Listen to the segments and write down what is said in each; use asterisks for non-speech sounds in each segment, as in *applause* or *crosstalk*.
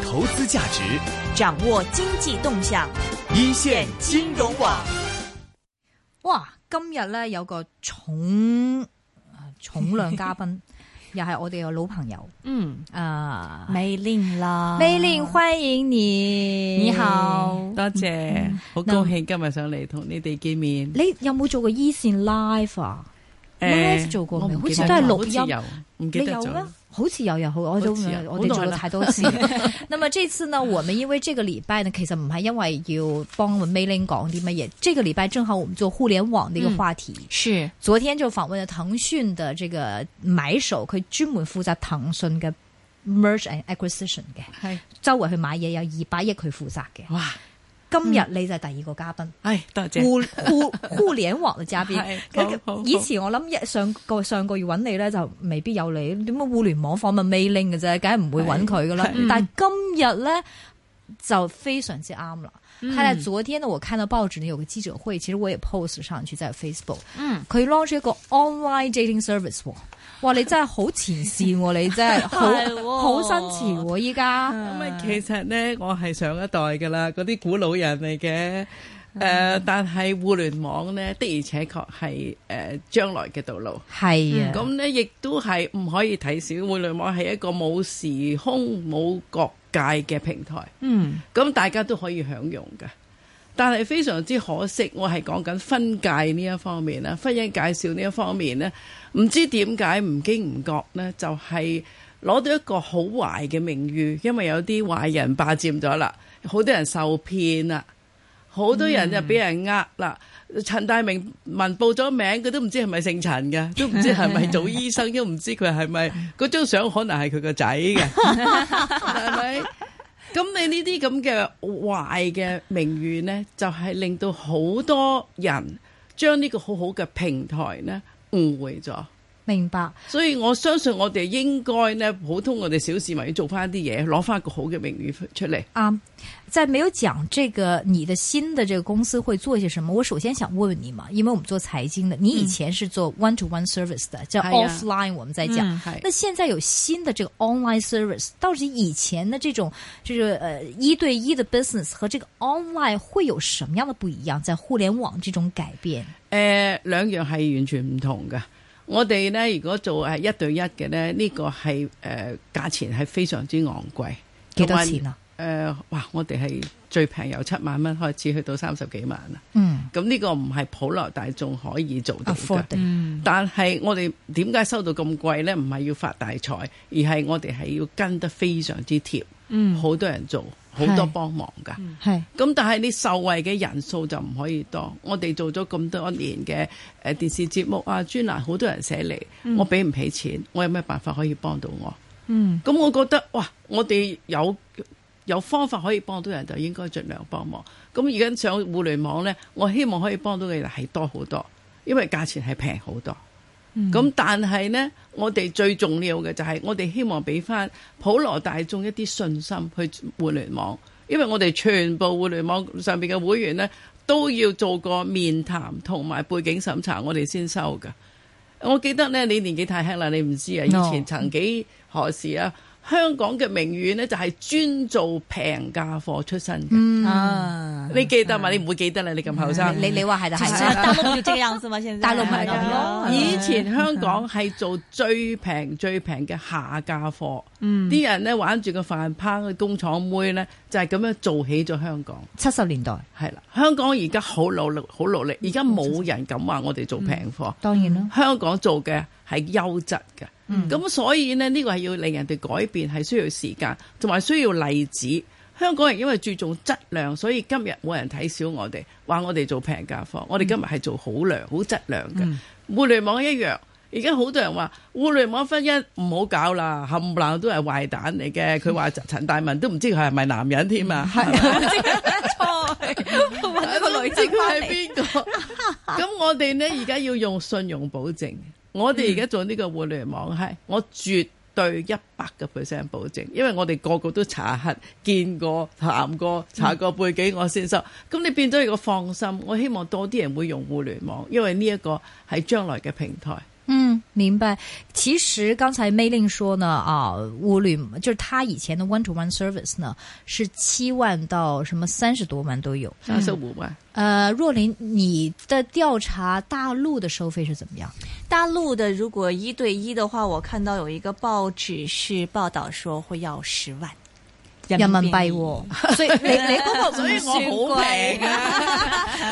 投资价值，掌握经济动向，一线金融网。哇！今日咧有個重啊重量嘉賓， *laughs* 又係我哋嘅老朋友嗯，啊，美令啦，美玲，歡迎你，你好。嗯多謝，好高興今日上嚟同你哋見面。你有冇做過 E 線 live 啊誒？live 做過我未？唔好記似得都係咗錄好似音。有，唔記你得有啊咗咩。？好似有有好，我都好似有我哋做好耐咗啦太多次。 *laughs* 那麼這次呢，我們因為這個禮拜呢，其實唔係因為要幫我們 Meiling 講啲乜嘢，這個禮拜正好我們做互聯網的嗯一個話題。是昨天就訪問了騰訊的這個買手，佢專門負責騰訊嘅 merge and acquisition 嘅，係周圍去買嘢有二百億佢負責嘅。哇，今日你就係第二個嘉賓，唉，多謝。互互互聯網嘅 *laughs* 嘉賓係。好好好以前我諗一上個上個月揾你咧就未必有你，點解互聯網訪問 mailing 嘅啫，梗係唔會揾佢噶啦係。但係今日咧就非常之啱啦。他在昨天呢，我看到報紙呢有個記者會，其實我也 post 上去在 Facebook。嗯，佢 launch 一個 online dating service 喎。哇！你真係好前線喎，你真係係喎好好新潮喎！依家咁啊，其實咧，我係上一代㗎啦，嗰啲古老人嚟嘅。誒、嗯但係互聯網咧，的而且確係誒將來嘅道路。係啊，嗯咁咧，亦都係唔可以睇小互聯網係一個冇時空、冇國界嘅平台。嗯咁大家都可以享用嘅。但係非常之可惜，我係講緊婚介呢一方面啦，婚姻介紹呢一方面呢，唔知點解唔經唔覺呢，就係、攞到一個好壞嘅名譽，因為有啲壞人霸佔咗啦，好多人受騙啦，好多人就俾人呃啦。陳大明文報咗名，佢都唔知係咪姓陳嘅，都唔知係咪做醫生，都唔知佢係咪嗰張相可能係佢個仔嘅，係咪？咁你呢啲咁嘅壞嘅名譽呢，就係、令到好多人將呢個好好嘅平台呢誤會咗。明白。所以我相信我哋應該呢，普通我哋小市民要做翻啲嘢，攞翻個好嘅名譽出嚟。啊，在没有讲这个你的新的这个公司会做些什么，我首先想问问你嘛，因为我们做财经的，你以前是做 one to one service 的，叫嗯哎呀嗯 offline，我们在讲。係那现在有新的这个 online service，到底以前的这种就是呃一对一的 business 和这个 online 会有什么样的不一样？在互联网这种改变，誒、兩樣係完全唔同嘅。我哋呢，如果做係一對一嘅呢，呢、個係誒、呃、價錢係非常之昂貴。几多錢啊？誒、哇！我哋係最平由七萬蚊開始，去到三十幾萬啊啦。嗯咁呢個唔係普羅大眾可以做到嘅，afford。it 但係我哋點解收到咁貴呢？唔係要發大財，而係我哋係要跟得非常之貼，嗯好多人做，好多幫忙㗎。係咁但係你受惠嘅人數就唔可以多。我哋做咗咁多年嘅誒電視節目啊、專欄，好多人寫嚟，嗯我俾唔起錢，我有咩辦法可以幫到我？嗯咁我覺得哇，我哋有有方法可以幫到人，就應該盡量幫忙。咁而家上互聯網呢，我希望可以幫到嘅人係多好多，因為價錢係平好多。咁、但係呢，我哋最重要嘅就係我哋希望俾翻普羅大眾一啲信心去互聯網，因為我哋全部互聯網上邊嘅會員呢，都要做個面談同埋背景審查，我哋先收㗎。我記得呢，你年紀太輕啦，你唔知啊。以 No 前曾幾何時啊，香港嘅名譽呢，就係專做平價貨出身嘅。啊，你記得嘛？你唔會記得啦，你咁後生。嗯你你話係就其係實啦，哎大陸就這個樣子嘛，現在大陸咪係咁咯係 *laughs* 以前香港係做最平最平嘅下價貨，嗯啲人呢玩住個飯烹嘅工廠妹呢，就係咁樣做起咗香港。七十年代係啦，香港而家好努力，好努力，而家冇人敢話我哋做平貨。當然啦，香港做嘅係優質嘅，咁、所以呢，呢個係要令人哋改變，係需要時間，同埋需要例子。香港人因為注重質量，所以今日冇人睇小我哋，話我哋做平價貨。我哋今日係做好量、好質量嘅。互聯網一樣，而家好多人話互聯網婚姻唔好搞啦，冚唪唥都係壞蛋嚟嘅。佢話陳大文都唔知佢係咪男人添啊，係咪 *laughs* 搵個女知仔佢翻係嚟，邊個？咁我哋呢，而家要用信用保證。我哋而家做呢個互聯網係，我絕對一百個 percent 保證，因為我哋個個都查核、見過、談過、查過背景，我先收。咁你變咗一個放心。我希望多啲人會用互聯網，因為呢一個係將來嘅平台。嗯，明白。其实刚才 May Lin 说呢，啊，物律就是他以前的 one to one service 呢，是七万到什么三十多万都有。三十五万。呃，若琳，你的调查大陆的收费是怎么样？大陆的如果一对一的话，我看到有一个报纸是报道说会要十万人民币幣喎，嗯所以 *laughs* 你你嗰個所以我好算 *laughs* 平啊！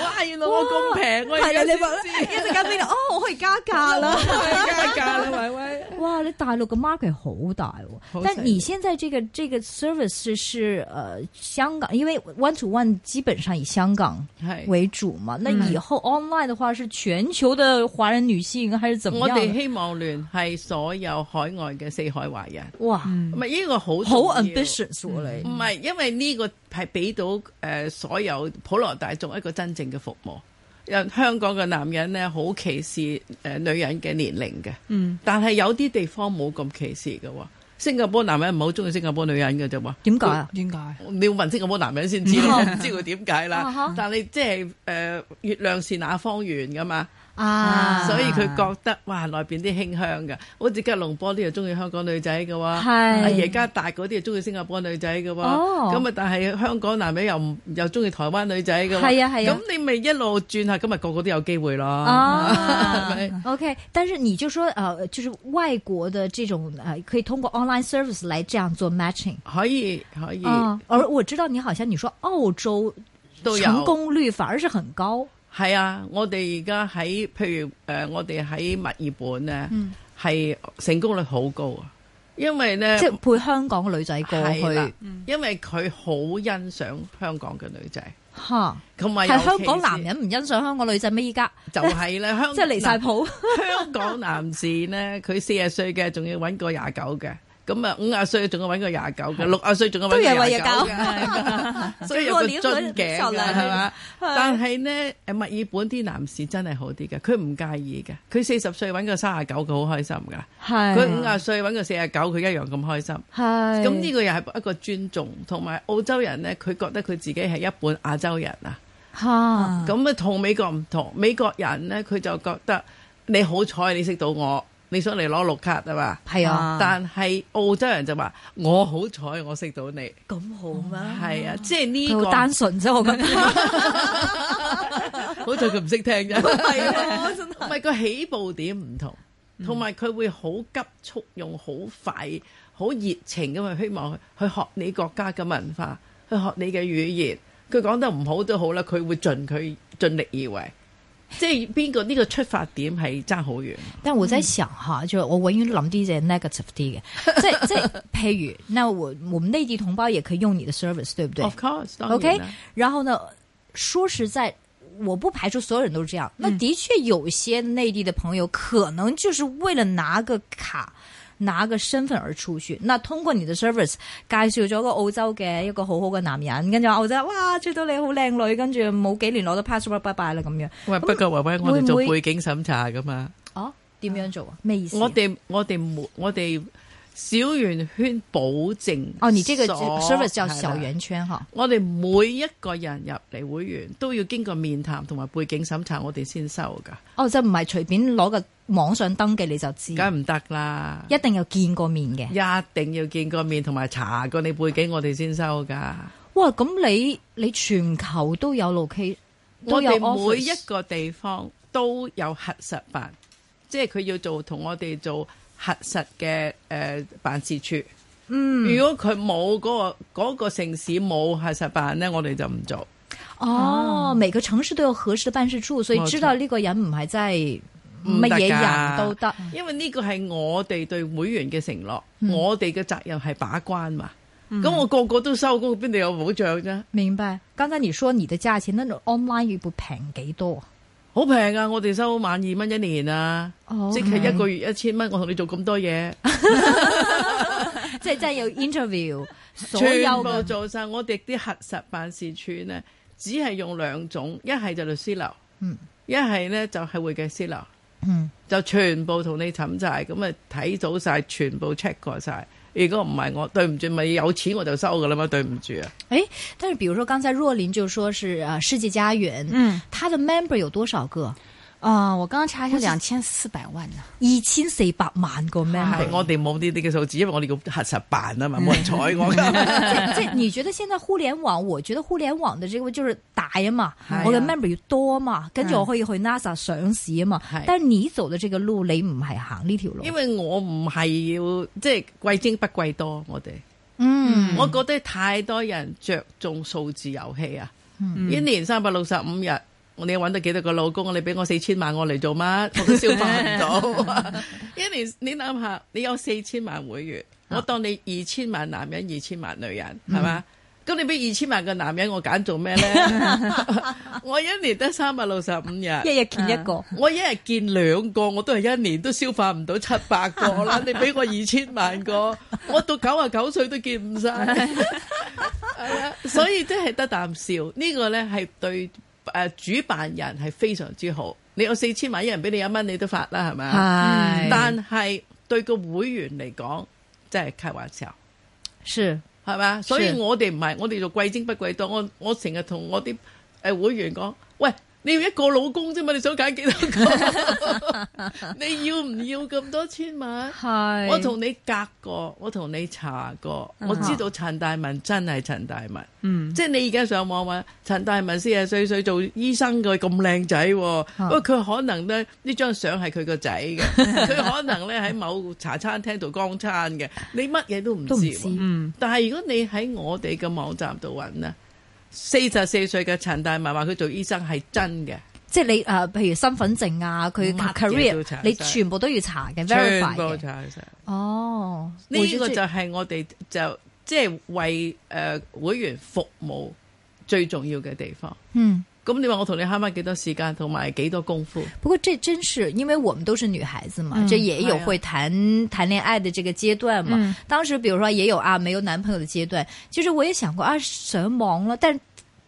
哇，原來我咁平，我而係家啊，先你話 *laughs* 一陣間邊度？哦，我可以加價啦！ *laughs* 啊加價啦，維 *laughs* 維。哇，你大陸嘅 market 好大喎好，但犀利你現在這個這個 service 是呃香港，因為 one to one 基本上以香港係為主嘛，嗯那以後 online 的話是全球的華人女性還是怎麼我哋樣呢？希望聯繫所有海外嘅四海華人，哇，唔係呢個好嗯好嗯重要嗯 ambitious 喎唔你，係，因為呢個係俾到誒、呃所有普羅大眾一個真正嘅服務。因為香港嘅男人咧，好歧視誒、呃女人嘅年齡嘅，嗯，但係有啲地方冇咁歧視嘅喎。新加坡男人唔係好中意新加坡女人嘅啫喎，點解啊？嗯點解？你要問新加坡男人先 *laughs* 知啦，我唔知佢點解啊啦哈。但係即係誒月亮是那方圓噶嘛，啊，所以佢覺得哇內邊啲馨香嘅，好似吉隆坡啲又中意香港女仔嘅喎。阿係耶加達嗰啲係中意新加坡女仔嘅喎，哦咁啊但係香港男人又唔又中意台灣女仔嘅喎，係啊係啊咁你咪一路轉下，今日個個都有機會咯。啊係咪，OK，但是你就说呃，就是外国的这种呃，可以通过 online service 来这样做 matching 可以可以啊。而我知道你好像你说澳洲都有成功率反而是很高，係啊！我哋而家喺譬如誒、呃我哋喺墨爾本咧，嗯係、成功率好高啊，因為咧即係嗯配香港嘅女仔過嗯係啦去，因為佢好欣賞香港嘅女仔，吓，同埋係啊尤香其港是男人唔欣賞香港女仔咩？依家就係啦，*laughs* 香即係離晒嗱譜，香港男士呢，佢四十歲嘅仲要揾個廿九嘅，咁啊五廿歲仲要揾個廿九嘅，六廿歲仲要揾個都有位廿九 *laughs* *laughs* 嘅，所以有個樽頸㗎係嘛？但係呢，誒墨爾本啲男士真係好啲嘅，佢唔介意嘅，佢四十歲揾個三廿九，佢好開心㗎；係佢五廿歲揾個四廿九，佢一樣咁開心。係咁呢個又係一個尊重，同埋澳洲人呢，佢覺得佢自己係一本亞洲人啊。吓咁啊，同美國唔同，美國人咧佢就覺得你好彩你識到我，你想嚟攞綠卡啊嘛。係啊，但係澳洲人就話我好彩我識到你，咁好咩？係啊，即係呢佢好單個純啫，我覺得好彩佢唔識 *laughs* 聽啫， *laughs* 係啊咯，哎 *laughs* 真唔係個起步點唔同，嗯同埋佢會好急速用好快、好熱情咁去希望去學你國家嘅文化，去學你嘅語言。佢講得唔好都好啦，佢會盡佢盡力而為。即係邊個呢個出發點係爭好遠。 *laughs* 但我在想哈，就我永遠諗啲嘢 negative 啲嘅，即係 *laughs* 即係譬如，那我我們內地同胞也可以用你的 service，對不對 Of course，當然？OK，啦然後呢，说实在。我不排除所有人都是这样，那的确有些内地的朋友可能就是为了拿个卡、拿个身份而出去。那通過你的 service 介紹咗個澳洲嘅一個好好嘅男人，跟住話澳洲哇追到你好靚女，跟住冇幾年攞到 passport，拜拜啦咁樣。喂，不過維維，我會哋唔做會背景審查噶嘛？哦，點樣做啊？咩意思啊？我哋我哋冇我哋小圓圈保證哦，你這個所 service 叫小。係啦圓圈哈。我哋每一個人入嚟會員都要經過面談同埋背景審查，我哋先收噶，哦，就唔係隨便攞個網上登記你就知，梗係唔得啦！嗯一定有見過面嘅。一定要見過面同埋查過你背景，我哋先收噶。哇，咁你你全球都有 location，都我有哋每一 office 個地方都有核實辦，即係佢要做同我哋做核實嘅誒、呃、辦事處。嗯，如果佢冇嗰個嗰、個城市冇核實辦呢，我哋就唔做。哦，每個城市都有合適的辦事處，所以啊冇錯知道呢個人唔係真係唔乜得㗎嘢人都得。因為呢個係我哋對會員嘅承諾，嗯我哋嘅責任係把關嘛。咁、我個個都收工，邊度有保障啫？明白。剛才你說你的價錢，那種 online 要會平幾多？好平啊！我哋收萬二蚊一年啊哦即係一個月一千蚊。我同你做咁 *laughs* 多嘢，即係真係有 interview，所有全部嘅做晒。我哋啲核實辦事處呢，只係用兩種，一係就律師樓，嗯一係呢就係會計師樓。嗯就全部同你冚晒，咁啊睇到晒，全部 check 過晒。如果唔係我對唔住，咪有錢我就收噶啦嘛，對唔住啊！哎，但是比如說剛才若琳就說是啊世界家園，嗯，他的 member 有多少個？啊、我刚刚查一下，两千四百万呢、二千四百萬個咩？係啊我哋冇呢啲嘅數字，因為我哋要核實辦啊嘛，冇人睬 *laughs* 我 *laughs* 㗎。即係你覺得現在互聯網，我覺得互聯網的這個就是大啊嘛，係啊我嘅 member 要多啊嘛，跟住我可以去 NASA 上市啊嘛係。但係你走的這個路，你唔係行呢條路，因為我唔係要即係貴精不貴多，我哋。嗯我覺得太多人着重數字遊戲啊！一年三百六十五日，你揾到幾多個老公？你俾我四千萬，我嚟做乜？我都消化唔到。 *laughs* 一年你諗下，你有四千萬會員，我當你二千萬男人，二千萬女人，係嘛？咁你俾二千萬個男人，我揀做咩呢？ *laughs* 我一年得三百六十五日，一日見一個，我一日見兩個，我都係一年都消化唔到七百個啦。你俾我二千萬個，我到九啊九歲都見唔晒。啊所以真係得啖笑，呢、個呢係對誒、呃主辦人係非常之好。你有四千萬，一人俾你一蚊，你都發啦，係咪啊？係但係對個會員嚟講，真係開玩笑，是係咪啊？所以是我哋唔係，我哋就貴精不貴多。我我成日同我啲誒會員講，喂。你要一個老公啫嘛，你想揀幾多 *laughs* 個？你要唔要咁多千萬？係嗯我同你隔過，我同你查過，我知道陳大文真係陳大文。嗯，即係你而家上網話陳大文四十歲歲做醫生嘅咁靚仔喎，嗯喂佢可能咧呢張相係佢個 *laughs* 仔嘅，佢可能咧喺某茶餐廳度光餐嘅，你乜嘢都唔知都唔知喎。嗯但係如果你喺我哋嘅網站度揾咧，四十四歲嘅陳大文話佢做醫生係真嘅，即係你誒，譬如身份證啊，佢乜嘢都 career，查你晒全部都要查嘅全 verify 部嘅。查晒。哦，我呢覺個得就係我哋就即係為誒會員服務最重要嘅地方。嗯。咁你話我同你慳翻幾多時間同埋幾多功夫？不过这真是，因为我们都是女孩子嘛，这也有会谈、谈恋爱的这个阶段嘛。当时比如说也有啊，没有男朋友的阶段，其实我也想过啊，什么了，但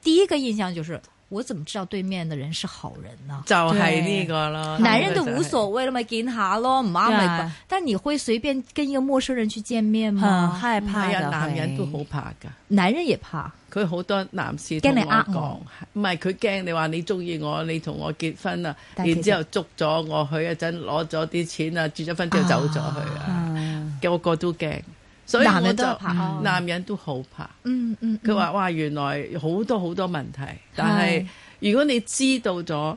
第一个印象就是，我怎么知道对面的人是好人呢？就係呢個啦。男人都呢個就係无所谓了嘛，见下咯，唔啱咪对吧。但你会随便跟一个陌生人去见面很吗？嗯害怕係啊，的。男人都會好怕㗎。男人也怕，佢好多男士同驚你我呃講我，唔係佢驚你話你中意我，你同我結婚啊，但係其然實之後捉咗我去一陣攞咗啲錢啊，結咗婚之後走咗去啊，嗯個個都驚，所以男我人都就嗯怕哦男人都好怕。嗯嗯，嗯佢話：哇，原來好多好多問題，但係如果你知道咗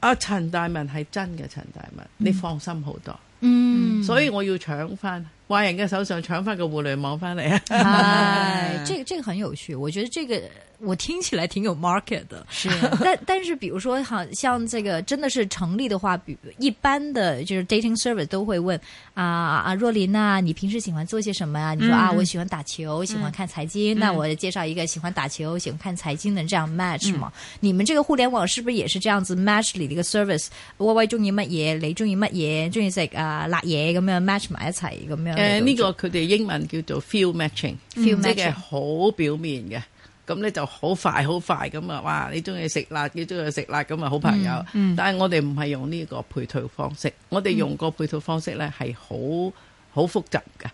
阿陳大文係真嘅陳大文，你放心好多。嗯，所以我要搶翻壞人嘅手上搶翻個互聯網翻嚟啊！哎，这个这个很有趣，我觉得这个我听起来挺有 market 的。是，啊但但是比如说，好像这个真的是成立的话，比一般的就是 dating service 都会问啊啊，若琳呐、你平时喜欢做些什么啊？你说、啊，我喜欢打球，喜欢看财经，那我介绍一个喜欢打球、喜欢看财经的这样 match 嘛。你们这个互联网是不是也是这样子 match 你的一个 service？Y Y 中意乜嘢，你中意乜嘢，中意食啊辣嘢咁樣 match 埋一齊咁樣嚟到呃誒呢做個佢哋英文叫做 feel matching，即 Feel 係 matching 好表面嘅。咁咧就好快好快咁啊！哇，你中意食辣，你中意食辣咁啊，好朋友。但係我哋唔係用呢個配套方式，我哋用個配套方式咧係好好複雜嘅，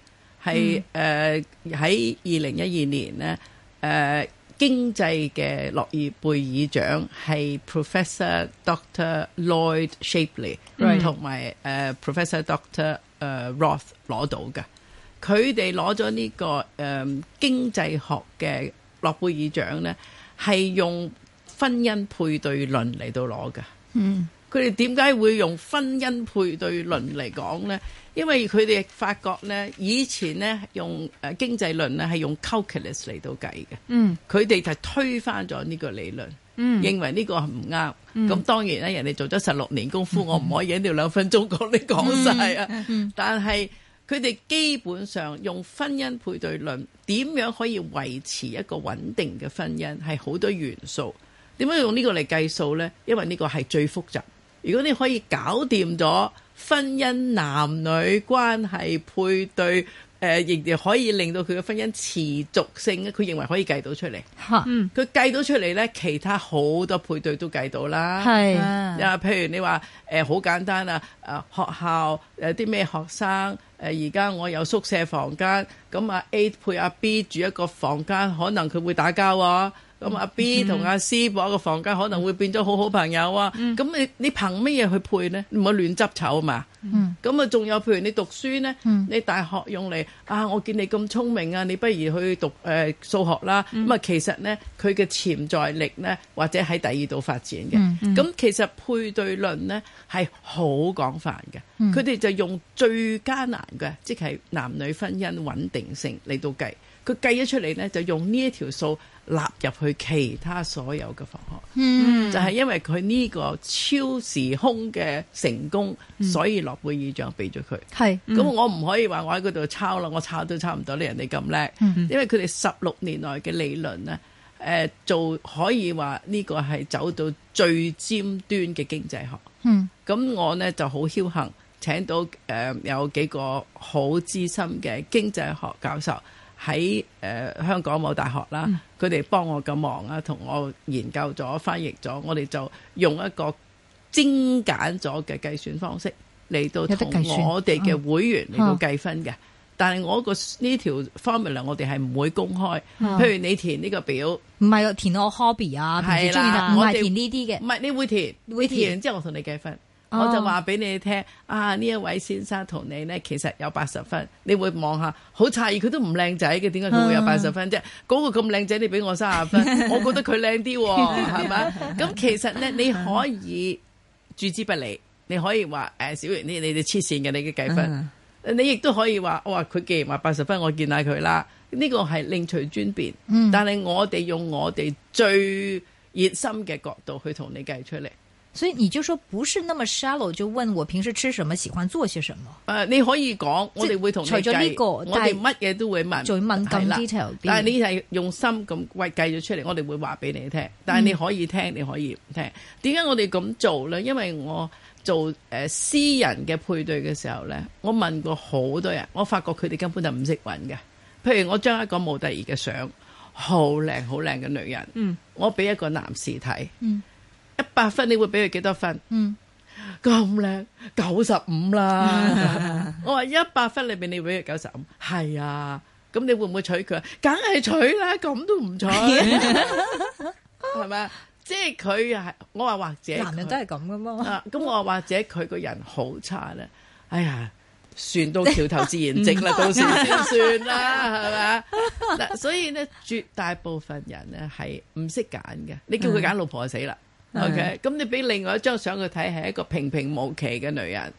係誒喺二零一二年呢，誒、呃經濟嘅諾爾貝爾獎係 Professor Doctor Lloyd Shapley Right 同埋誒 Professor Doctor 誒 Roth 攞到嘅。佢哋攞咗呢個誒、嗯、經濟學嘅諾貝爾獎呢，係用婚姻配對論嚟到攞嘅。嗯。佢哋點解會用婚姻配對論嚟講呢？因為佢哋發覺呢，以前呢用呃誒經濟論呢係用 calculus 嚟到計嘅，嗯，佢哋就推翻咗呢個理論，嗯認為呢個唔啱。咁當然咧，人哋做咗十六年功夫，我唔可以喺呢兩分鐘講你講晒嗯啊。但係佢哋基本上用婚姻配對論點樣可以維持一個穩定嘅婚姻，係好多元素。點解用呢個嚟計數呢？因為呢個係最複雜。如果你可以搞掂咗婚姻男女關係配對，誒亦亦可以令到佢嘅婚姻持續性，佢認為可以計到出嚟。哈，嗯佢計到出嚟呢，其他好多配對都計到啦。哎嗯係呃啊，譬如你話誒好簡單啊，誒、學校誒啲咩學生誒、誒而家我有宿舍房間，咁啊 A 配阿 B 住一個房間，可能佢會打交啊。咁阿 B 同阿 C 某一個房間可能會變咗好好朋友啊。咁、你你憑乜嘢去配呢？唔好亂執籌啊嘛。嗯咁啊，仲有譬如你讀書呢，你大學用嚟啊，我見你咁聰明啊，你不如去讀誒、呃、數學啦。咁啊、其實呢，佢嘅潛在力呢，或者喺第二度發展嘅。咁、其實配對論呢係好廣泛嘅，佢哋、就用最艱難嘅，即係男女婚姻穩定性嚟到計。佢計咗出嚟呢，就用呢一條數納入去其他所有嘅房學。嗯就係因為佢呢個超時空嘅成功，所以諾貝爾獎俾咗佢。係咁、我唔可以話我喺嗰度抄啦，我抄都抄唔到你人哋咁叻，嗯因為佢哋十六年來嘅理論呢，誒、做可以話呢個係走到最尖端嘅經濟學。嗯咁我呢就好僥幸請到誒、呃有幾個好資深嘅經濟學教授喺誒、呃香港某大學啦，嗯佢哋、幫我咁忙啊，同我研究咗、翻譯咗，我哋就用一個精簡咗嘅計算方式嚟到有得同計算嗯我哋嘅會員嚟到計分嘅。但係我個呢條 formula 我哋係唔會公開，嗯譬如你填呢個表。唔係填我 hobby 啊，平時中意係啦打唔我係哋填呢啲嘅唔。係你會填，會填填完之後我同你計分。我就話俾你聽，啊呢一位先生同你呢，其實有八十分，你會望下，好詫異佢都唔靚仔嘅，點解佢會有八十分啫？嗰、個咁靚仔，你俾我三十分，我覺得佢靚啲喎，係咪？咁其實呢，你可以置之不理，你可以話誒、小袁呢，你哋黐線嘅你嘅計分。你亦都可以話，哇！佢既然話八十分，我見下佢啦。呢個係另隨專變，但係我哋用我哋最熱心嘅角度去同你計出嚟。所以你就說不是那麼 shallow，就問我平時吃什麼，喜歡做些什麼，誒、呃你可以講，我哋會同你除咗呢個計我但係哋乜嘢都會問，再問咁係啦 detail 啲但係你係用心咁喂計咗出嚟，我哋會話俾你嗯聽。但係你可以聽，你可以唔聽。點解我哋咁做咧？因為我做誒、呃私人嘅配對嘅時候咧，我問過好多人，我發覺佢哋根本就唔識揾嘅。譬如我將一個模特兒嘅相，好靚好靚嘅女人，嗯我俾一個男士睇，嗯一百分你會俾佢幾多分？嗯，咁靚九十五啦！ *laughs* 我話一百分裏邊你俾佢九十五，係啊，咁你會唔會娶佢？啊梗係娶啦，咁 *laughs* 都唔娶，係咪啊？即係佢係我話或者男人都係咁噶嘛。啊，咁我話或者佢個人好差咧，哎呀，船到橋頭自然直啦，嗯到時先算啦，係咪啊嗱，所以咧，絕大部分人咧係唔識揀嘅，你叫佢嗯揀老婆就死啦。OK，咁你俾另外一張相佢睇，係一個平平無奇嘅女人。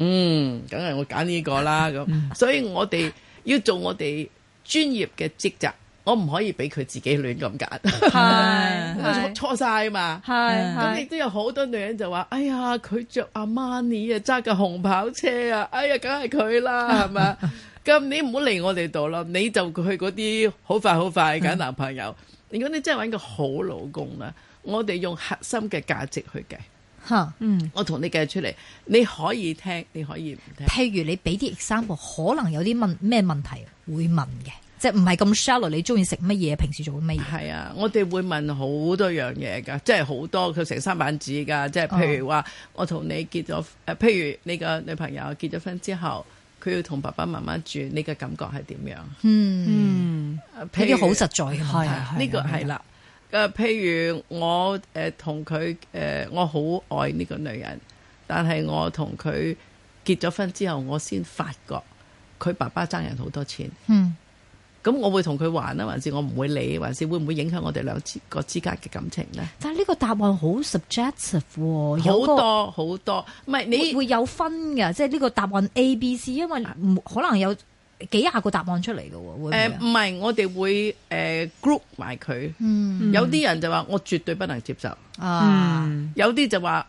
嗯，梗係我揀呢個啦嗯咁，所以我哋要做我哋專業嘅職責，我唔可以俾佢自己亂咁 *laughs* 揀，係錯係錯晒啊嘛。嗯咁亦係都有好多女人就話：哎呀，佢着阿瑪尼啊，揸架紅跑車啊，哎呀，梗係佢啦，係咪？咁你唔好嚟我哋度啦，你就去嗰啲好快好快揀男朋友。如果你真係揾個好老公啦，我哋用核心嘅價值去計，嚇。嗯我同你計出嚟，你可以聽，你可以唔聽。譬如你俾啲 example，可能有啲問咩問題會問嘅，即係唔係咁 shallow。你中意食乜嘢？平時做緊乜嘢？係啊，我哋會問好多樣嘢㗎，即係好多佢成三板子㗎，即係譬如話，哦我同你結咗，誒、呃譬如你個女朋友結咗婚之後，佢要同爸爸媽媽住，你嘅感覺係點樣？嗯，嗯，呢呢啲好實在嘅問題係啊嗯呢個係啦。誒，譬如我誒同佢誒，我好愛呢個女人，但係我同佢結咗婚之後，我先發覺佢爸爸爭人好多錢。嗯咁我會同佢還啊，還是我唔會理，還是會唔會影響我哋兩之個之間嘅感情呢？但係呢個答案好 subjective 喎，好有個多好多，唔係會你會有分㗎，即係呢個答案 A、B、C，因為唔可能有幾廿個答案出嚟嘅喎，會唔會誒嗯啊唔係我哋會誒、group 埋佢，嗯有啲人就話我絕對不能接受，啊，有啲就話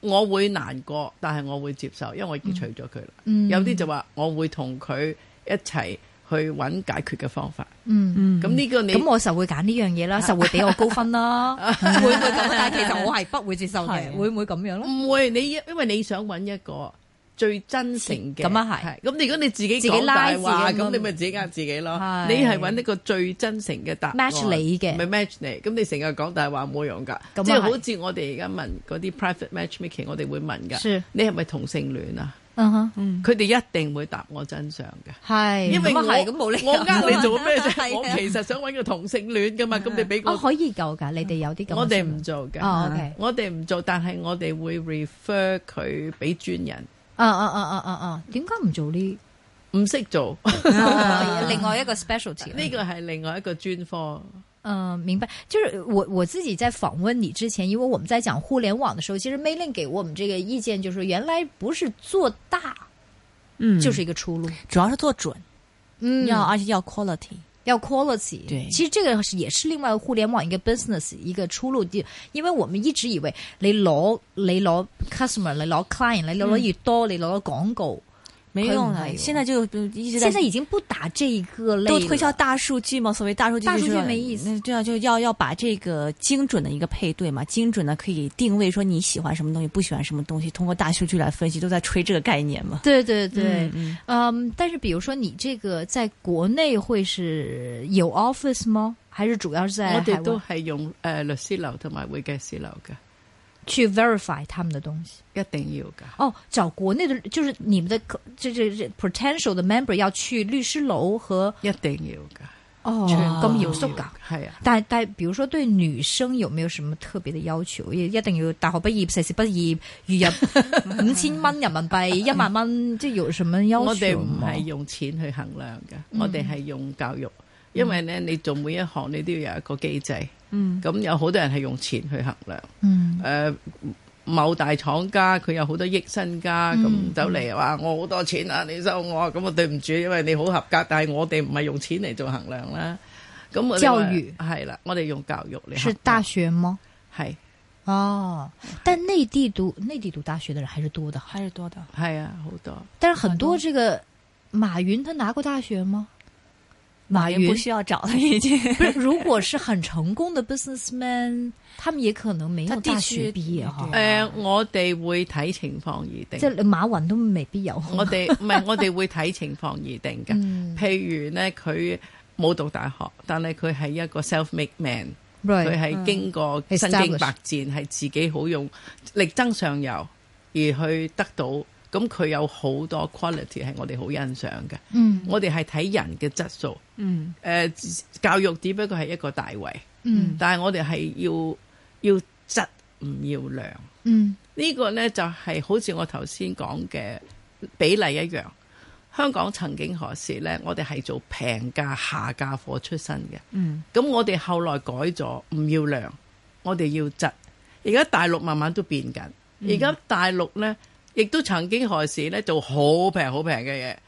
我會難過，但係我會接受，因為我已經娶咗佢啦。嗯有啲就話我會同佢一齊去揾解決嘅方法。嗯。咁呢、個你咁我就會揀呢樣嘢 *laughs* 啦，就會俾我高分啦， *laughs* 會唔會咁？啊但係其實我係嗯不會接受嘅，係會唔會咁樣咧？唔會，你因為你想揾一個最真誠嘅，咁啊係咁如果你自己自己講拉大自己話，咁咁樣你咪自己呃自己咯。係你係揾一個最真誠嘅答案 match 你嘅唔係 match 你。咁你成日講大話冇用㗎，咁啊即係好係似我哋而家問嗰啲 private matchmaking，我哋會問是㗎，你係咪同性戀啊？嗯哼，嗯，佢哋一定會答我真相嘅。係，因為咁啊我係咁冇理由我呃你做咩 *laughs* 係啫？啊我其實想揾個同性戀噶嘛，咁你俾哦，我，可以夠㗎，你哋有啲咁嘅我哋情況唔做嘅。哦，OK，我哋唔做，但係我哋會 refer 佢俾專人，啊啊啊啊啊啊，點解唔做 *laughs* 呢？唔識做嗯啊另外一個 specialty 呢個係另外一個專科。嗯，明白。就是我我自己在访问你之前，因为我们在讲互联网的时候，其实 Maylin 给我们这个意见就是，原来不是做大嗯，就是一个出路，主要是做准，嗯要而且要 quality，要 quality。对其实这个是也是另外互联网一个 business 一个出路啲，因為我們一直以為你攞你攞 customer，你攞 client，你攞嗯得越多，你攞廣告，没用很有了。现在就就一直在現在已經不打这一个类都了推销大数据嘛，所谓大数据、就大数是据说、没意思那对啊，就要要把这个精准的一个配对嘛，精准的可以定位说你喜欢什么东西，不喜欢什么东西，通过大数据来分析，都在吹这个概念嘛。对对对，嗯嗯但是比如说你这个在国内会是有 office 吗？还是主要是哦在我海哋都外係用誒律師樓同埋會計師樓嘅，去 verify 他们的东西？一定要㗎。哦，找国内的，就是你们的客，这这这 potential 的 member 要去律师楼和一定要㗎。哦全咁嚴肅㗎。噶，系啊，但但比如說對女生有沒有什麼特別的要求？一一定要大學畢業、碩士畢業，月入五千蚊人民幣、一萬蚊，即係有什麼要求？我哋唔係用錢去衡量嘅，嗯我哋係用教育，因為咧你做每一行你都要有一個機制，嗯咁有好多人係用錢去衡量，嗯诶、某大廠家佢有好多億身家，嗯咁走嚟話我好多錢啊，你收我，咁我對唔住，因為你好合格，但係我哋唔係用錢嚟做衡量啦。咁我哋教話育係啦，我哋用教育嚟是衡大量，學嗎？係哦，但內地讀內地讀大學的人還是多的哈，还是多的。係啊，好多。但是很多这个馬雲他拿過大學嗎？馬也不 *laughs* 雲 *laughs* 需要找了，已经。不是，如果是很成功的 businessman，他们也可能沒有他地大區學畢業哈誒、，我哋會睇情況而定。即係馬雲都未必有。我哋 *laughs* 唔係，我哋會睇情況而定嘅。嗯譬如呢，佢冇讀大學，但係佢係一個 self-made man，佢 Right 係經過嗯身經百戰，係自己好用力爭上游而去得到。咁佢有好多 quality 係我哋好欣賞嘅。嗯我哋係睇人嘅質素。嗯，誒、教育只不過係一個大圍，嗯但係我哋係要要質唔要量。嗯呢個呢，就係好似我頭先講嘅比例一樣。香港曾經何時呢？我哋係做平價下價貨出身嘅。嗯，咁我哋後來改咗唔要量，我哋要質。而家大陸慢慢都變緊，而家大陸呢，亦都曾經何時呢做好平好平嘅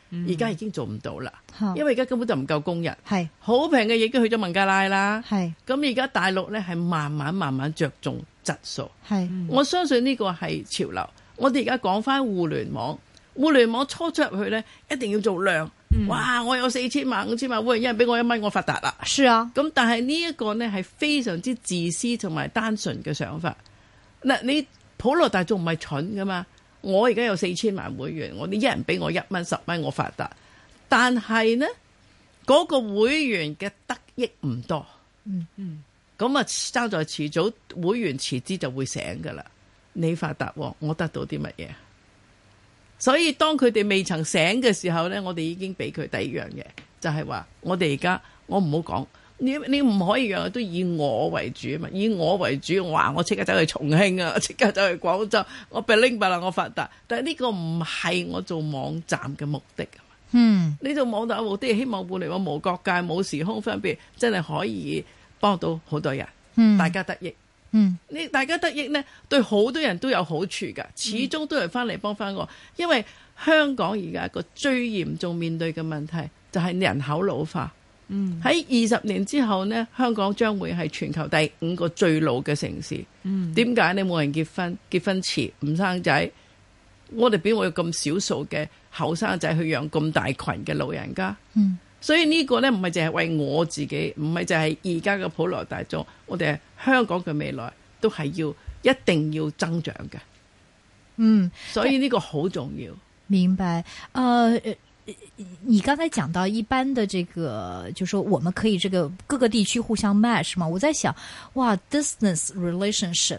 嘢，而家已經做唔到啦，嚇因為而家根本就唔夠工人。係好平嘅嘢已經去咗孟加拉啦。係咁而家大陸呢，係慢慢慢慢着重質素。係我相信呢個係潮流。我哋而家講翻互聯網，互聯網初出入去呢，一定要做量。哇！我有四千萬、五千萬，喂，一人俾我一蚊，我發達啦。是啊，咁但係呢一個呢，係非常之自私同埋單純嘅想法。嗱，你普羅大眾唔係蠢噶嘛？我而家有四千萬會員，我哋一人俾我一蚊、十蚊，我發達。但係呢，嗰、個會員嘅得益唔多。嗯嗯。咁啊，爭在遲早會員遲啲就會醒噶啦。你發達喎，我得到啲乜嘢？所以當佢哋未曾醒嘅時候呢，我哋已經俾佢第二樣嘢，就係、話我哋而家我唔好講，你你唔可以樣樣都以我為主啊嘛，以我為主，我話我即刻走去重慶啊，我 *laughs* 即刻走去廣州，我俾拎白啦，我發達。但係呢個唔係我做網站嘅目的啊嘛，嗯呢種網站嘅目的係希望互聯網無國界、冇時空分別，真係可以幫到好多人，嗯，大家得益。嗯你大家得益呢，對好多人都有好處嗯㗎，始終都係翻嚟幫翻我，因為香港而家一個最嚴重面對嘅問題就係人口老化。嗯，喺二十年之後呢，香港將會係全球第五個最老嘅城市。嗯，點解呢？冇人結婚，結婚遲，唔生仔。我哋邊會有咁少數嘅後生仔去養咁大群嘅老人家？嗯所以呢個呢，唔係淨係為我自己，唔係就係而家嘅普羅大眾，我哋香港嘅未來都係要一定要增長嘅，嗯，所以呢個好重要。明白。呃，呃你刚才讲到一般的这个，就说我们可以这个各个地区互相 match 嘛，我在想，哇，business relationship。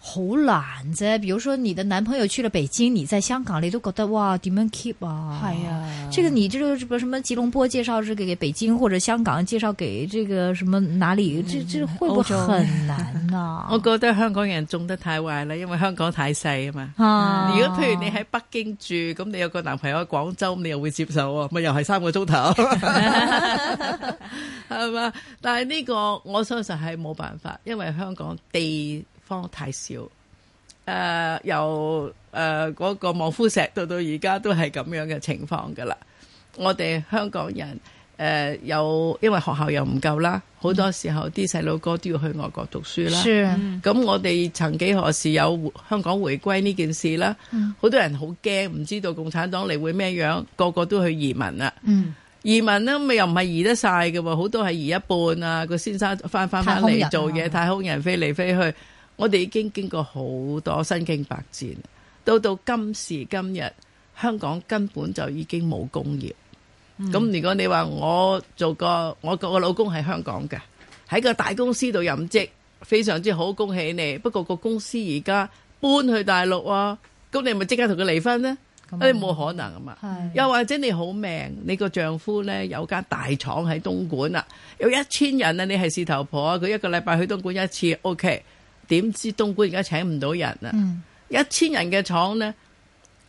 好難啫。比如說你的男朋友去了北京，你在香港，你都覺得哇點樣 keep 啊？係啊嗯這個你這個什麼什麼吉隆坡介紹是給給北京或者香港介紹給這個什麼哪裡？這嗯這會不會歐洲很難 *laughs* 呐、我覺得香港人種得太壞啦，因為香港太細啊嘛。啊如果譬如你喺北京住，咁你有個男朋友喺廣州，你又會接受喎，咪又係三個鐘頭，係嘛？但係呢個我相信係冇辦法，因為香港地方太少。誒、由呃誒嗰、個望夫石到到而家都係咁樣嘅情況㗎啦。我哋香港人誒、有，因為學校又唔夠啦，好多時候啲細路哥都要去外國讀書啦。是咁我哋曾幾何時有回香港回歸呢件事啦？好、多人好驚，唔知道共產黨嚟會咩樣，個個都去移民啦。嗯移民呢咪又唔係移得晒嘅喎，好多係移一半啊！個先生翻翻翻太空人啊嚟做嘢，太空人飛嚟飛去，我哋已經經過好多身經百戰，到到今時今日，香港根本就已經冇工業。嗯咁、如果你話我做個我個老公係香港嘅，喺個大公司度任職，非常之好，恭喜你。不過個公司而家搬去大陸啊，咁你咪即刻同佢離婚呢？咁你冇可能啊嘛。係又或者你好命，你個丈夫呢有間大廠喺東莞啊，有一千人啊，你係事頭婆啊，佢一個禮拜去東莞一次，OK。點知東莞而家請唔到人啊？嗯一千人嘅廠呢，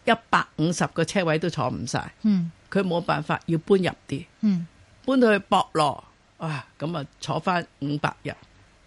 一百五十個車位都坐唔晒，嗯佢冇辦法要搬入啲，嗯搬到去博羅啊，咁啊坐翻五百人，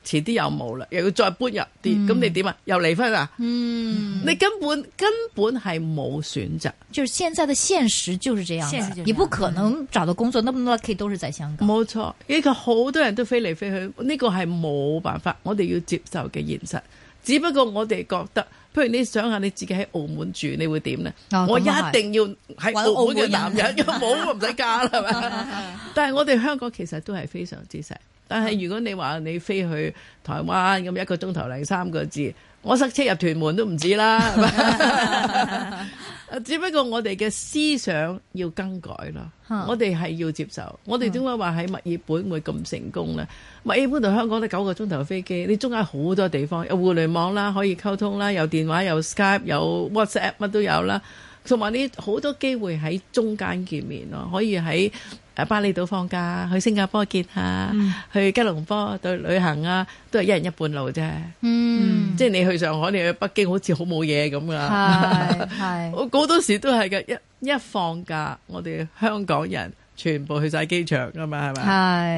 遲啲又冇啦，又要再搬入啲，咁、你點啊？又離婚啊？嗯，你根本根本係冇選擇。就是現在的現實就是這樣的，現實就是這樣你不可能找到工作，那麼 lucky 都是在香港。冇錯，呢個好多人都飛嚟飛去，呢個係冇辦法，我哋要接受嘅現實。只不過我哋覺得，譬如你想下你自己喺澳門住，你會點呢？哦我一咁啊係定要喺搵澳門嘅澳男門人，因為冇我唔使嫁啦，係咪？但係我哋香港其實都係非常之細。但係如果你話你飛去台灣咁一個鐘頭零三個字，我塞車入屯門都唔止啦，係咪 *laughs* 只不過我哋嘅思想要更改啦嚇，我哋係要接受。我哋點解話喺墨爾本會咁成功呢？墨爾本同香港都九個鐘頭飛機，你中間好多地方有互聯網啦，可以溝通啦，有電話有 Skype 有 WhatsApp 乜都有啦，同埋你好多機會喺中間見面咯，可以喺誒巴厘島放假，去新加坡見下，嗯去吉隆坡對旅行啊，都係一人一半路啫。嗯，即係你去上海，你去北京，好似好冇嘢咁噶。係係我好多時都係嘅，一一放假，我哋香港人全部去晒機場噶嘛，係咪？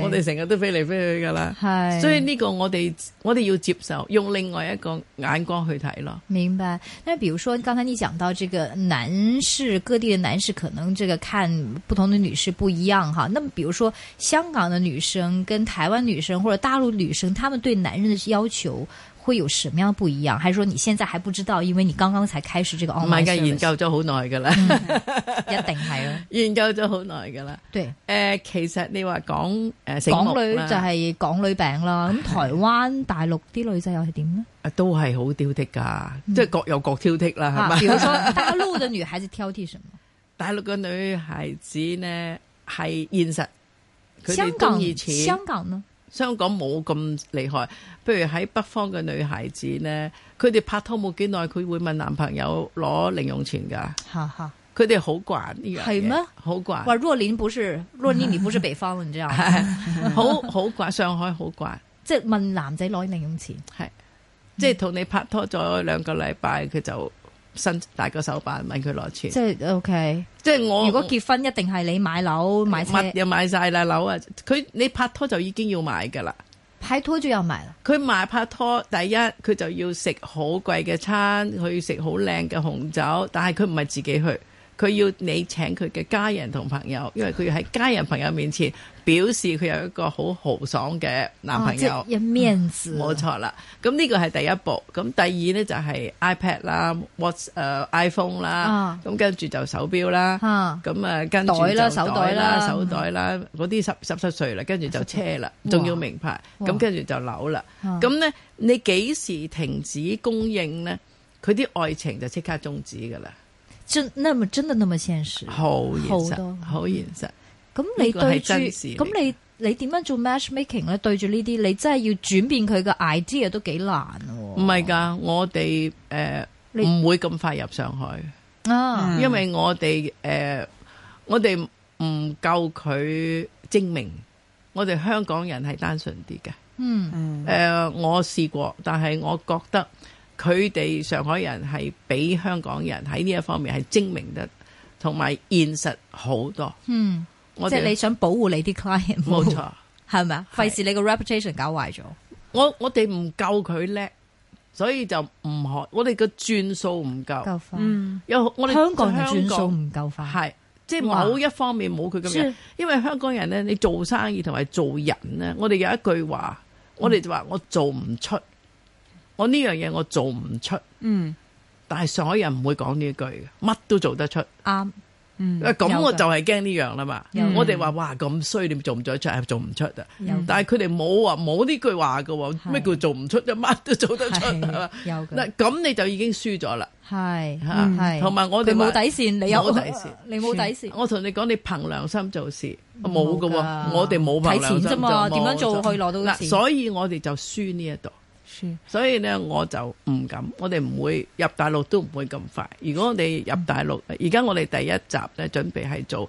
係， *laughs* 我哋成日都飛嚟飛去噶啦，係，所以呢個我哋我哋要接受，用另外一個眼光去睇咯。明白。那比如說，剛才你講到這個男士，各地的男士可能這個看不同的女士不一樣哈。那麼比如說，香港的女生跟台灣女生或者大陸女生，她們對男人的要求會有什麼樣的不一樣？還是說你現在還不知道，因為你剛剛才開始這個唔係 online 嘅， service 嗯研究咗好 *laughs* 耐噶啦， *laughs* 一定係咯，研究咗好耐噶啦。對。誒、其實你話講誒醒港目女啦就係港女病啦，咁台灣、大陸啲女仔又係點呢？啊都係好挑剔㗎，即係各有各挑剔啦，係啊，咪比？如說大陸的女孩子挑剔什麼？大陸嘅女孩子呢係現實， *laughs* 佢香哋中港意錢。香港呢？香港冇咁厲害，譬如喺北方嘅女孩子呢，佢哋拍拖冇幾耐，佢會問男朋友攞零用錢㗎。哈哈。佢哋好慣呢樣嘢，係咩好慣，哇，若琳不是若琳，你不是北方人，你知道啊嗎？ *laughs* 好好慣，上海好慣，即係問男仔攞零用錢，係即係同你拍拖咗兩個禮拜，佢就伸大個手板問佢攞錢。即係 OK。即係我如果結婚一定係你買樓買車物，又哦買晒啦樓啊，佢你拍拖就已經要買㗎啦。拍拖就要買啦。佢買拍拖，第一佢就要食好貴嘅餐，佢要食好靚嘅紅酒，但係佢唔係自己去，佢要你請佢嘅家人同朋友，因為佢要喺家人朋友面前表示佢有一個好豪爽嘅男啊朋即友。嗯係面子，冇錯啦，咁呢個係第一步。咁第二呢，就係 iPad 啦、What 誒、iPhone 啦啊，咁、跟住就手錶啦，啊咁啊跟住袋啦就手袋啦手袋啦，嗰啲十十七歲啦，跟住就車啦，仲要名牌，哇咁跟住就樓啦。啊咁呢，你幾時停止供應呢？佢啲愛情就即刻終止噶啦，真那麼真的那麼現實。好現好多實，好現實。咁你啊呢個對係住真事嚟嘅咁你你點樣做 matchmaking 咧？對住呢啲，你真係要轉變佢嘅 idea 都幾難喎。唔係㗎，我哋誒你唔會咁快入上海，啊，因為我哋誒、呃我哋唔夠佢精明，我哋香港人係單純啲嘅。嗯誒、我試過，但係我覺得佢哋上海人係比香港人喺呢一方面係精明得，同埋現實好多。嗯，我即係你哋想保護你啲 client，冇，錯，係咪啊？*laughs* 係費事你個 reputation 搞壞咗。我我哋唔夠佢叻，所以就唔學。我哋嘅轉數唔夠，夠快，嗯，有我哋香港嘅轉香數港唔夠快，係即係哇某一方面冇佢咁樣是。因為香港人咧，你做生意同埋做人咧，我哋有一句話，嗯我哋就話我做唔出，我呢樣嘢我做唔出。嗯但係上海人唔會講呢句嘅，乜都做得出。啱嗯啊咁有我㗎嗯就係驚呢樣啦嘛。有㗎我哋話哇咁衰，你做唔做得出？係做唔出啊！有但係佢哋冇話冇呢句話嘅喎，嗯係咩叫做唔出啫？乜都做 *laughs* 得出係嘛？係有嘅嗱，咁你就已經輸咗啦係嗯嚇係同埋我佢哋冇話底線，你有冇底線 *laughs* 你冇底線。我同你講，你憑良心做事冇嘅㗎喎，我哋冇憑良心睇錢啫嘛做點樣做冇錯可以攞到嗱錢所以我哋就輸呢一度。是所以咧，我就唔敢，我哋唔會入大陸都唔會咁快。如果我哋嗯入大陸，而家我哋第一集咧準備係做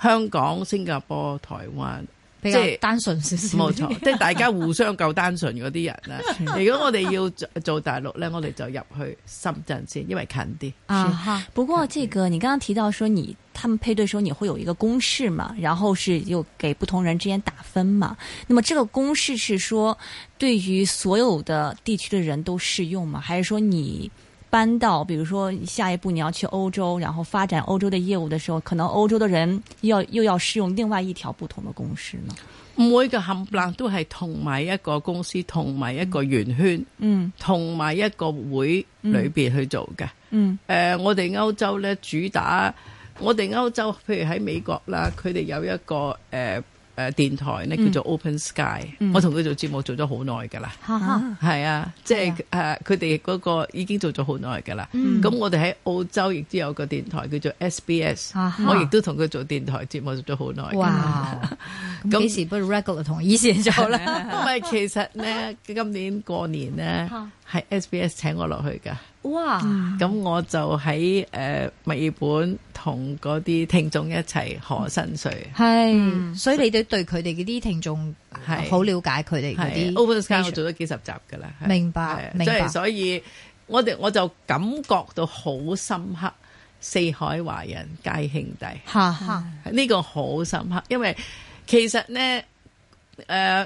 香港、新加坡、台灣，比較即係單純少少，冇 *laughs* 錯，即係大家互相夠單純嗰啲人啦。 *laughs* 如果我哋要做做大陸咧，我哋就入去深圳先，因為近啲。啊哈，不过这个你刚刚提到说你他们配对的时候你会有一个公式嘛，然后是又给不同人之间打分嘛。那么这个公式是说对于所有的地区的人都适用吗？还是说你搬到比如说下一步你要去欧洲，然后发展欧洲的业务的时候，可能欧洲的人要又要适用另外一条不同的公式呢？唔會嘅冚唪唥都係同埋一個公司，同埋一個圓圈，嗯同埋一個會裏邊去做嘅。嗯誒、我哋歐洲咧主打，我哋歐洲譬如喺美國啦，佢哋有一個誒誒、呃呃、電台咧叫做 Open Sky，、我同佢做節目做咗好耐㗎啦，哈哈，嗯係啊，即係誒佢哋嗰個已經做咗好耐㗎啦。嗯咁、我哋喺澳洲亦都有個電台叫做 SBS，、啊哈我亦都同佢做電台節目做咗好耐。哇，咁咁幾時不如 regular 同以前就好啦。因為啊其實咧，今年過年咧嚇係 SBS 請我落去㗎。啊哇，咁我就喺誒、呃墨爾本同嗰啲聽眾一齊賀新歲，係，嗯所以你哋對佢哋嗰啲聽眾係好了解佢嗯哋嗰係啲 Open Sky 我做咗幾十集㗎啦，係明白係啊明即白係所以我哋我就感覺到好深刻，四海華人皆兄弟，哈哈，呢、個好深刻，因為其實呢，誒、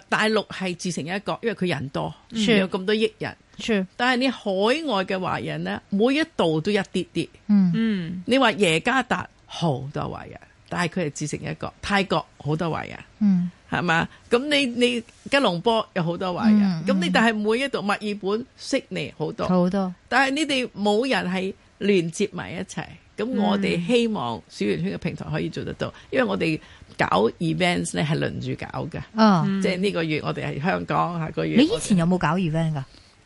大陸係自成一國，因為佢人多，是有咁多億人，是，但係你海外嘅華人呢，每一度都一啲啲。嗯嗯你話耶加達好多華人，但係佢係自成一國；泰國好多華人，嗯係嘛？咁你你吉隆坡有好多華人，嗯咁、你但係每一度墨爾本、悉尼好多，好多，但係你哋冇人係連接埋一齊。咁我哋希望小圓圈嘅平台可以做得到，因為我哋搞 events 咧係輪住搞嘅，嗯，即係呢個月我哋係香港，下個月你我以哋前有冇搞 event 噶？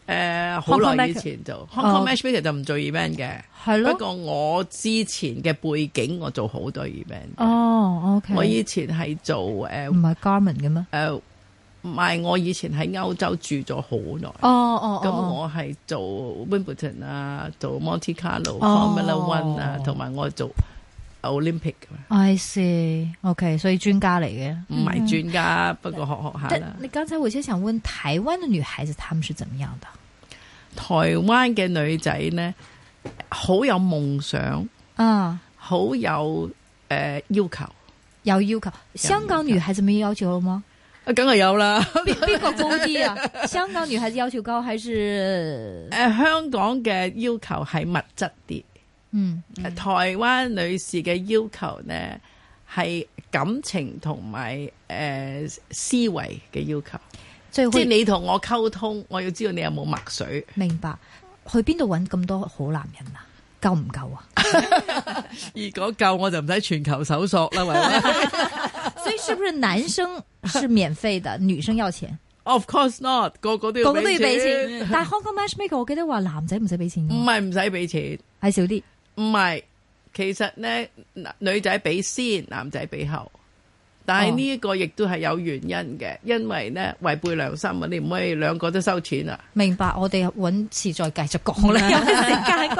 誒好 Hong Kong 耐 Match- 以前就 Hong Kong 哦 Matchmaker 就唔做 event 嘅。係不咯，過我之前嘅背景，我做好多 event 嘅。哦，OK，我以前係做誒唔係 Garmin 嘅咩？誒，唔係我以前喺歐洲住咗好耐。哦哦咁我係做 Wimbledon 啊，做 Monte Carlo、哦 Formula One 啊，同埋我做 Olympic 㗎嘛 I see，OK，、所以专家嚟嘅。唔係專家，不過學學下啦但。你刚才我就想問台灣嘅女孩子，她們是怎麼樣的？台灣嘅女仔呢，好有夢想，啊，好有誒要求，有要求。香港女孩子沒有要求 *laughs* 嗎？啊梗係有啦。邊邊個高啲 *laughs* 啊？香港女孩子要求高還是 *laughs* 誒、香港嘅要求係物質啲，嗯誒台灣女士嘅要求呢係感情同埋誒思維嘅要求，最即係會你同我溝通，我要知道你有冇墨水。明白去邊度揾咁多好男人啊？夠唔夠 *laughs* 啊？ *laughs* 如果夠我就唔使全球搜索啦，喂喂所以是不是男 *laughs* 生是免費的，女生要錢？ *laughs* Of course not，個個都要個個都要俾錢，錢。但係 Hong Kong Matchmaker，我記得話男仔唔使俾錢唔嘅，係唔使俾錢，係少啲。唔係其實呢，女仔俾先，男仔俾後。但係呢一個亦都係有原因嘅，因為呢違背良心啊，你唔可以兩個都收錢啊。明白，我哋揾次再繼續講啦，有時間